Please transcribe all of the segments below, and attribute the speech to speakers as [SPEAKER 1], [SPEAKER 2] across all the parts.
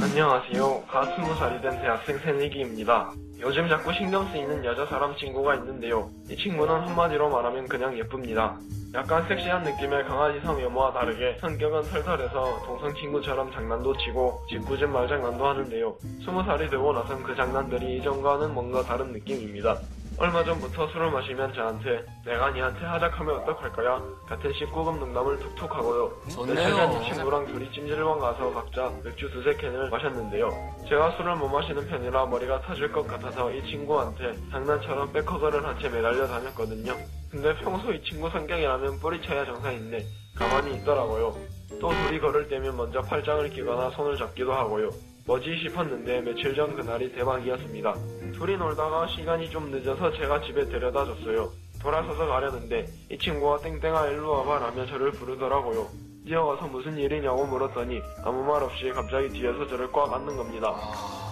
[SPEAKER 1] 안녕하세요. 갓 스무 살이 된 대학생 새내기입니다. 요즘 자꾸 신경 쓰이는 여자 사람 친구가 있는데요. 이 친구는 한마디로 말하면 그냥 예쁩니다. 약간 섹시한 느낌의 강아지성 외모와 다르게 성격은 털털해서 동성 친구처럼 장난도 치고 짓궂은 말장난도 하는데요. 스무 살이 되고 나선 그 장난들이 이전과는 뭔가 다른 느낌입니다. 얼마 전부터 술을 마시면 저한테 내가 니한테 하작하면 어떡할 거야 같은 19금 농담을 툭툭 하고요. 최근
[SPEAKER 2] 좋네요.
[SPEAKER 1] 친구랑 둘이 찜질방 가서 각자 맥주 두세 캔을 마셨는데요. 제가 술을 못 마시는 편이라 머리가 터질 것 같아서 이 친구한테 장난처럼 백허그를 한 채 매달려 다녔거든요. 근데 평소 이 친구 성격이라면 뿌리쳐야 정상인데 가만히 있더라고요. 또 둘이 걸을 때면 먼저 팔짱을 끼거나 손을 잡기도 하고요. 뭐지 싶었는데 며칠 전 그날이 대박이었습니다. 둘이 놀다가 시간이 좀 늦어서 제가 집에 데려다 줬어요. 돌아서서 가려는데 이 친구가 땡땡아 일로 와봐 라며 저를 부르더라고요. 뛰어가서 무슨 일이냐고 물었더니 아무 말 없이 갑자기 뒤에서 저를 꽉 안는 겁니다.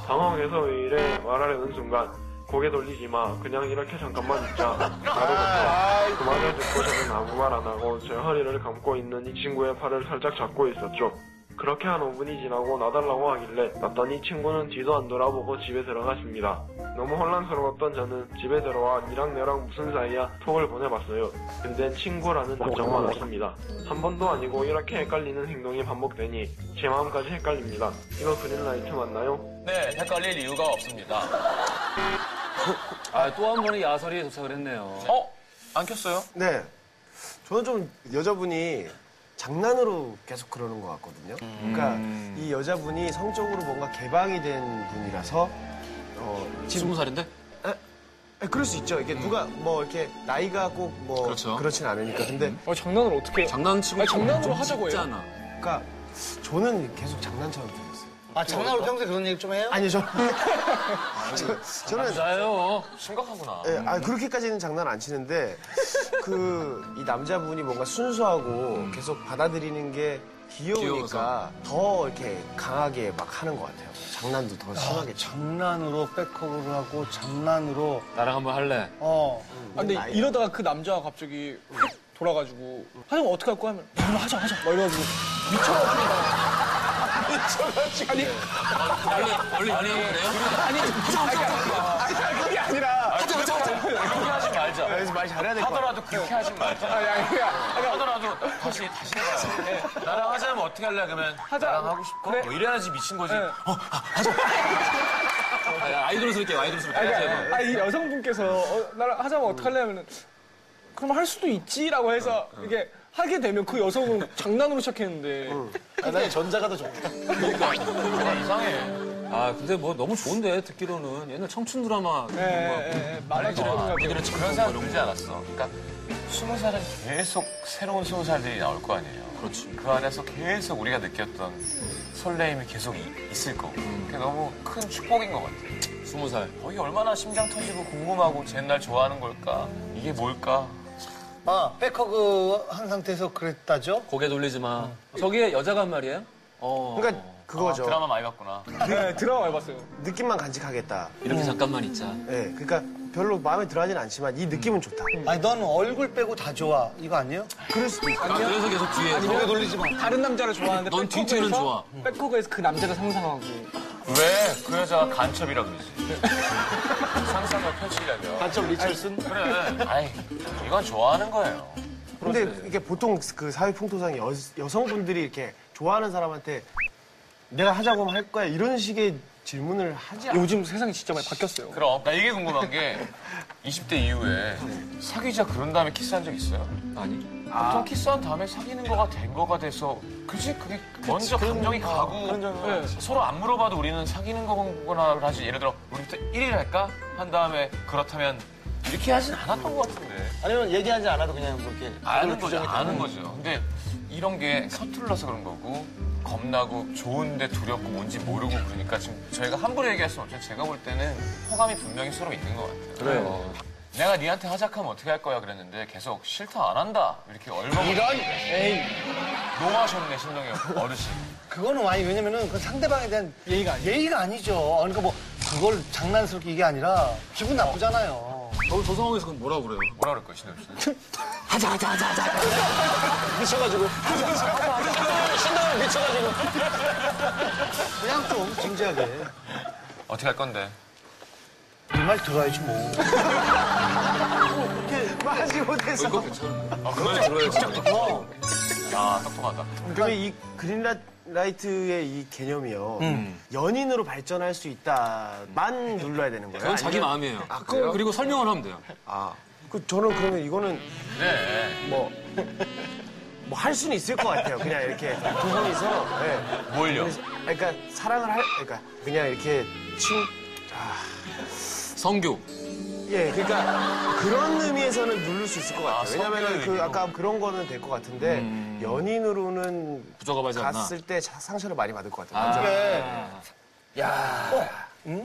[SPEAKER 1] 당황해서 왜 이래 말하려는 순간 고개 돌리지 마 그냥 이렇게 잠깐만 있자 말을 했죠. 그 말을 듣고 저는 아무 말 안 하고 제 허리를 감고 있는 이 친구의 팔을 살짝 잡고 있었죠. 그렇게 한 5분이 지나고 나달라고 하길래 났더니 친구는 뒤도 안 돌아보고 집에 들어갔습니다. 너무 혼란스러웠던 저는 집에 들어와 니랑 내랑 무슨 사이야 톡을 보내봤어요. 근데 친구라는 답장만 왔습니다. 한 번도 아니고 이렇게 헷갈리는 행동이 반복되니 제 마음까지 헷갈립니다. 이거 그린라이트 맞나요?
[SPEAKER 2] 네, 헷갈릴 이유가 없습니다. 아, 또 한 번의 야설이 도착을 했네요. 어? 안 켰어요?
[SPEAKER 3] 네. 저는 좀 여자분이 장난으로 계속 그러는 것 같거든요.
[SPEAKER 4] 음.
[SPEAKER 3] 그러니까 이 여자분이 성적으로 뭔가 개방이 된 분이라서 어, 지금
[SPEAKER 4] 20살인데?
[SPEAKER 3] 에, 그럴 수 있죠. 이게 누가 뭐 이렇게 나이가 꼭 뭐
[SPEAKER 4] 그렇죠.
[SPEAKER 3] 그렇진 않으니까. 근데
[SPEAKER 5] 어, 장난을 어떻게
[SPEAKER 2] 네.
[SPEAKER 5] 해?
[SPEAKER 4] 장난치고
[SPEAKER 5] 아니, 장난으로 하자고 해요.
[SPEAKER 4] 잖아
[SPEAKER 3] 그러니까 저는 계속 장난처럼 들렸어요.
[SPEAKER 6] 아, 장난으로 평소에 그런 얘기 좀 해요?
[SPEAKER 3] 아니요, 저, 저 저는
[SPEAKER 2] 맞아요. 심각하구나.
[SPEAKER 3] 예, 아, 그렇게까지는 장난 안 치는데, 그, 이 남자분이 뭔가 순수하고 계속 받아들이는 게 음. 귀여우니까 더 이렇게 강하게 막 하는 것 같아요. 장난도 더 심하게 쳐.
[SPEAKER 6] 장난으로 백허그를 하고 장난으로
[SPEAKER 2] 나랑 한번 할래.
[SPEAKER 6] 어
[SPEAKER 5] 아, 근데 이러다가 그 남자가 갑자기 휙 돌아가지고 하영 어떻게 할 거야 하면 야, 그럼 하자 하자 막 이래가지고 미쳐가지고 아니
[SPEAKER 2] 원래, 원래 연예인 그래요?
[SPEAKER 5] 아니 하자 하자 하자 그게 아니라
[SPEAKER 2] 하자, 하자, 하자. 그렇게 하지 말자.
[SPEAKER 3] 그래서 말 잘해야 될 것 같아요.
[SPEAKER 2] 하더라도 그렇게 하지 말자.
[SPEAKER 5] 아니 아니야
[SPEAKER 2] 하더라도 다시, 다시 해봐요. 네. 나랑 하자면 어떻게 할래? 그러면
[SPEAKER 5] 하자.
[SPEAKER 2] 나랑 하고 싶어?
[SPEAKER 5] 그래.
[SPEAKER 2] 뭐 이래야지 미친 거지.
[SPEAKER 5] 네.
[SPEAKER 2] 어, 아, 하자. 아, 아이돌스럽게, 해요, 아이돌스럽게.
[SPEAKER 5] 아니,
[SPEAKER 2] 하자,
[SPEAKER 5] 아니,
[SPEAKER 2] 해봐.
[SPEAKER 5] 아니, 아니, 이 여성분께서 어, 나랑 하자면 어떡할래 하면은 그럼 할 수도 있지라고
[SPEAKER 2] 어,
[SPEAKER 5] 해서 이게 하게 되면 그 여성은 장난으로 시작했는데
[SPEAKER 2] 어.
[SPEAKER 6] 아, 난 전자가 더 좋다.
[SPEAKER 2] 아, 근데 뭐 너무 좋은데, 듣기로는. 옛날 청춘 드라마.
[SPEAKER 5] 예, 예, 예,
[SPEAKER 4] 아,
[SPEAKER 5] 만화처럼
[SPEAKER 7] 그들은 그런 사람 들지 않았어. 그러니까 스무 살은 계속 새로운 스무 살들이 나올 거 아니에요. 그렇지. 그 안에서 계속 우리가 느꼈던 설레임이 계속 이- 있을 거고. 그게 너무 큰 축복인 것 같아. 요
[SPEAKER 2] 스무 살.
[SPEAKER 7] 거기 얼마나 심장 터지고 궁금하고 쟤날 좋아하는 걸까? 이게 뭘까?
[SPEAKER 6] 아, 백허그 한 상태에서 그랬다죠?
[SPEAKER 2] 고개 돌리지 마. 저기에 여자가 한 말이에요? 어.
[SPEAKER 3] 그러니까 그거죠.
[SPEAKER 7] 드라마 많이 봤구나.
[SPEAKER 5] 네, 드라마 해봤어요
[SPEAKER 3] 느낌만 간직하겠다.
[SPEAKER 2] 이렇게 잠깐만 있자.
[SPEAKER 3] 예, 그러니까 별로 마음에 들어 하진 않지만 이 느낌은 좋다.
[SPEAKER 6] 아니, 넌 얼굴 빼고 다 좋아. 이거 아니에요?
[SPEAKER 3] 그럴 수도 있고.
[SPEAKER 2] 아, 그래서 계속 뒤에.
[SPEAKER 5] 고개 돌리지 마 다른 남자를 좋아하는데
[SPEAKER 2] 넌 뒤태는 좋아.
[SPEAKER 5] 백허그에서 그 남자를 상상하고
[SPEAKER 7] 왜 그 여자가 간첩이라 그러지? 상상과 펼치려면.
[SPEAKER 6] 반점 리철슨?
[SPEAKER 7] 그래. 아이, 이건 좋아하는 거예요.
[SPEAKER 3] 근데 이게 보통 그 사회 풍토상에 여, 여성분들이 이렇게 좋아하는 사람한테 내가 하자고 하면 할 거야 이런 식의 질문을 하지 않아요.
[SPEAKER 5] 요즘 세상이 진짜 많이 바뀌었어요
[SPEAKER 7] 그럼 나 이게 궁금한 게 20대 이후에 사귀자 그런 다음에 키스한 적 있어요?
[SPEAKER 2] 아니.
[SPEAKER 7] 보통 키스한 다음에 사귀는 거가 된 거가 돼서 그지 그게 먼저 감정이 가고 예, 서로 안 물어봐도 우리는 사귀는 거구나를 하지 예를 들어 우리부터 1일 할까 한 다음에 그렇다면 이렇게 하진 않았던 것 같은데
[SPEAKER 6] 아니면 얘기하지 않아도 그냥 그렇게.
[SPEAKER 7] 아는 거죠 아는 거죠 근데 이런 게 서툴러서 그런 거고 겁나고 좋은데 두렵고 뭔지 모르고 그러니까 지금 저희가 함부로 얘기할 수는 없지만 제가 볼 때는 호감이 분명히 서로 있는 것 같아요.
[SPEAKER 2] 그래요.
[SPEAKER 7] 내가 니한테 하작하면 어떻게 할 거야 그랬는데 계속 싫다 안 한다 이렇게 얼마나 이런
[SPEAKER 6] 에이.
[SPEAKER 7] 농하셨네 신동엽 어르신
[SPEAKER 6] 그거는 아니, 왜냐면은 그 상대방에 대한 예의가 아니죠. 어, 그러니까 뭐, 그걸 장난스럽게 이게 아니라 기분 나쁘잖아요.
[SPEAKER 4] 저, 저 상황에서 그럼 뭐라 그래요?
[SPEAKER 7] 뭐라 그럴 거야 신동엽 씨는
[SPEAKER 2] 하자, 하자, 하자, 하자.
[SPEAKER 6] 미쳐가지고. 신동엽 미쳐가지고. 그냥 좀 진지하게.
[SPEAKER 7] 어떻게 할
[SPEAKER 6] 네
[SPEAKER 7] 건데?
[SPEAKER 6] 말 들어야지 뭐.
[SPEAKER 3] 말하지
[SPEAKER 7] 어,
[SPEAKER 3] 못해서.
[SPEAKER 7] 아, 똑똑하다.
[SPEAKER 3] 그러면 이 그린라이트의 이 개념이요.
[SPEAKER 7] 음.
[SPEAKER 3] 연인으로 발전할 수 있다만 눌러야 되는 거예요.
[SPEAKER 4] 그건 자기 마음이에요. 그리고 설명을 하면 돼요.
[SPEAKER 3] 그 저는 그러면 이거는
[SPEAKER 7] 그래.
[SPEAKER 3] 뭐. 뭐 할 수는 있을 것 같아요. 그냥 이렇게 두 분이서. 예.
[SPEAKER 7] 뭘요?
[SPEAKER 3] 그러니까 사랑을 할, 그러니까 그냥 이렇게 친,
[SPEAKER 4] 성교.
[SPEAKER 3] 예, 그러니까 그런 의미에서는 누를 수 있을 것 같아요. 음.
[SPEAKER 7] 아,
[SPEAKER 3] 왜냐면은
[SPEAKER 7] 성격의
[SPEAKER 3] 그 아까 그런 거는 될 것 같은데 연인으로는
[SPEAKER 4] 부적합하지 않나.
[SPEAKER 3] 갔을 때 자- 상처를 많이 받을 것 같아요.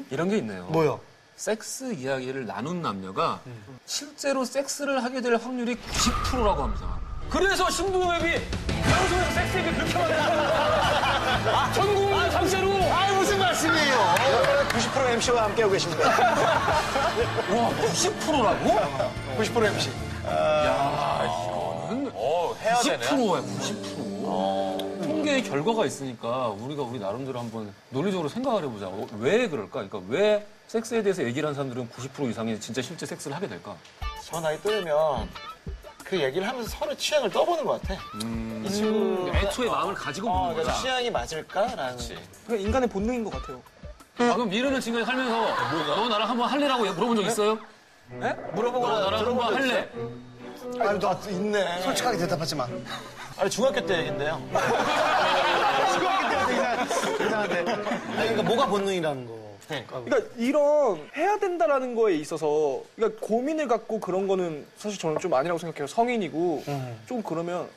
[SPEAKER 4] 이런 게 있네요.
[SPEAKER 6] 뭐요?
[SPEAKER 4] 섹스 이야기를 나눈 남녀가 실제로 섹스를 하게 될 확률이 90%라고 합니다.
[SPEAKER 5] 그래서 신동엽이 방송에서 섹스 얘기 그렇게 많이 하잖아. 전 국민 상대로. 아 무슨 말씀이에요?
[SPEAKER 6] 90% MC와 함께하고 계십니다.
[SPEAKER 4] 와, 90%라고?
[SPEAKER 6] 90% MC.
[SPEAKER 7] 어, 해야 되네.
[SPEAKER 4] 90%야, 90%. 통계의 결과가 있으니까 우리가 우리 나름대로 한번 논리적으로 생각을 해보자. 어, 왜 그럴까? 그러니까 왜 섹스에 대해서 얘기를 한 사람들은 90% 이상이 진짜 실제 섹스를 하게 될까?
[SPEAKER 8] 저 나이 들면 그 얘기를 하면서 서로 취향을 떠보는 것 같아. 이 친구
[SPEAKER 4] 애초에 음. 마음을 가지고
[SPEAKER 8] 어,
[SPEAKER 4] 보는 거야.
[SPEAKER 8] 그러니까 취향이 맞을까라는.
[SPEAKER 5] 그냥 그러니까 인간의 본능인 것 같아요.
[SPEAKER 4] 방금 미르는 지금까지 살면서 너 나랑 한번 할래라고 물어본 적 있어요?
[SPEAKER 5] 네?
[SPEAKER 4] 물어보고 너 나랑 한번 할래?
[SPEAKER 6] 아니, 나 있네. 솔직하게 대답하지 마.
[SPEAKER 8] 아니 중학교 때 얘긴데요.
[SPEAKER 6] 아니, 그러니까 뭐가 본능이라는 거.
[SPEAKER 5] 그러니까 이런 해야 된다라는 거에 있어서 그러니까 고민을 갖고 그런 거는 사실 저는 좀 아니라고 생각해요. 성인이고 좀 그러면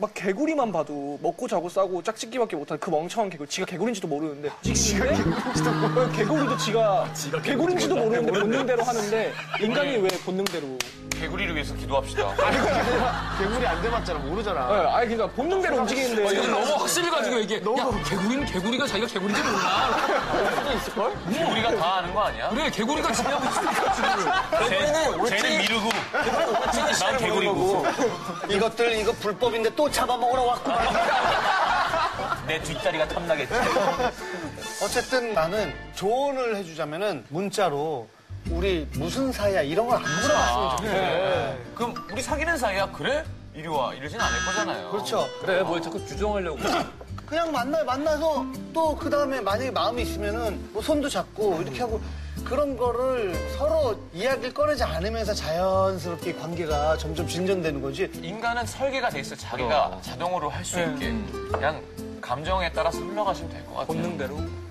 [SPEAKER 5] 막 개구리만 봐도 먹고 자고 싸고 짝짓기밖에 못하는 그 멍청한 개구리 지가 개구리인지도 모르는데 지가 개구리인지도 모르는 개구리도 지가, 개구리인지도 모르는데 본능대로 하는데 인간이 왜 본능대로 네,
[SPEAKER 7] 개구리를 위해서 기도합시다.
[SPEAKER 3] 개구리 안 돼봤잖아, 모르잖아.
[SPEAKER 5] 아 아니 그러니까 본능대로 움직이는데
[SPEAKER 4] 이거 너무 확신을 가지고 얘기해. 야, 개구리는 개구리가 자기가 개구리인지 몰라.
[SPEAKER 7] 우리가 다 아는 거 아니야?
[SPEAKER 4] 그래, 개구리가 지나고 있으니까 지금.
[SPEAKER 7] 쟤는, 쟤는 미르고, 난 개구리고,
[SPEAKER 6] 이것들, 이거 불법인데 또 잡아먹으러 왔고.
[SPEAKER 7] 내 뒷다리가 탐나겠지.
[SPEAKER 6] 어쨌든 나는 조언을 해주자면은 문자로 우리 무슨 사이야 이런 걸 안 물어봤으면 좋겠어.
[SPEAKER 7] 그럼 우리 사귀는 사이야? 그래? 이리 와. 이러진 않을 거잖아요.
[SPEAKER 6] 그렇죠.
[SPEAKER 4] 그래, 뭘 자꾸 규정하려고.
[SPEAKER 6] 그냥 만나 만나서 또 그 다음에 만약에 마음이 있으면은 뭐 손도 잡고 이렇게 하고 그런 거를 서로 이야기를 꺼내지 않으면서 자연스럽게 관계가 점점 진전되는 거지.
[SPEAKER 7] 인간은 설계가 돼 있어. 자기가 자동으로 할 수 있게. 그냥 감정에 따라서 흘러가시면 될 것 같아요.
[SPEAKER 5] 본능대로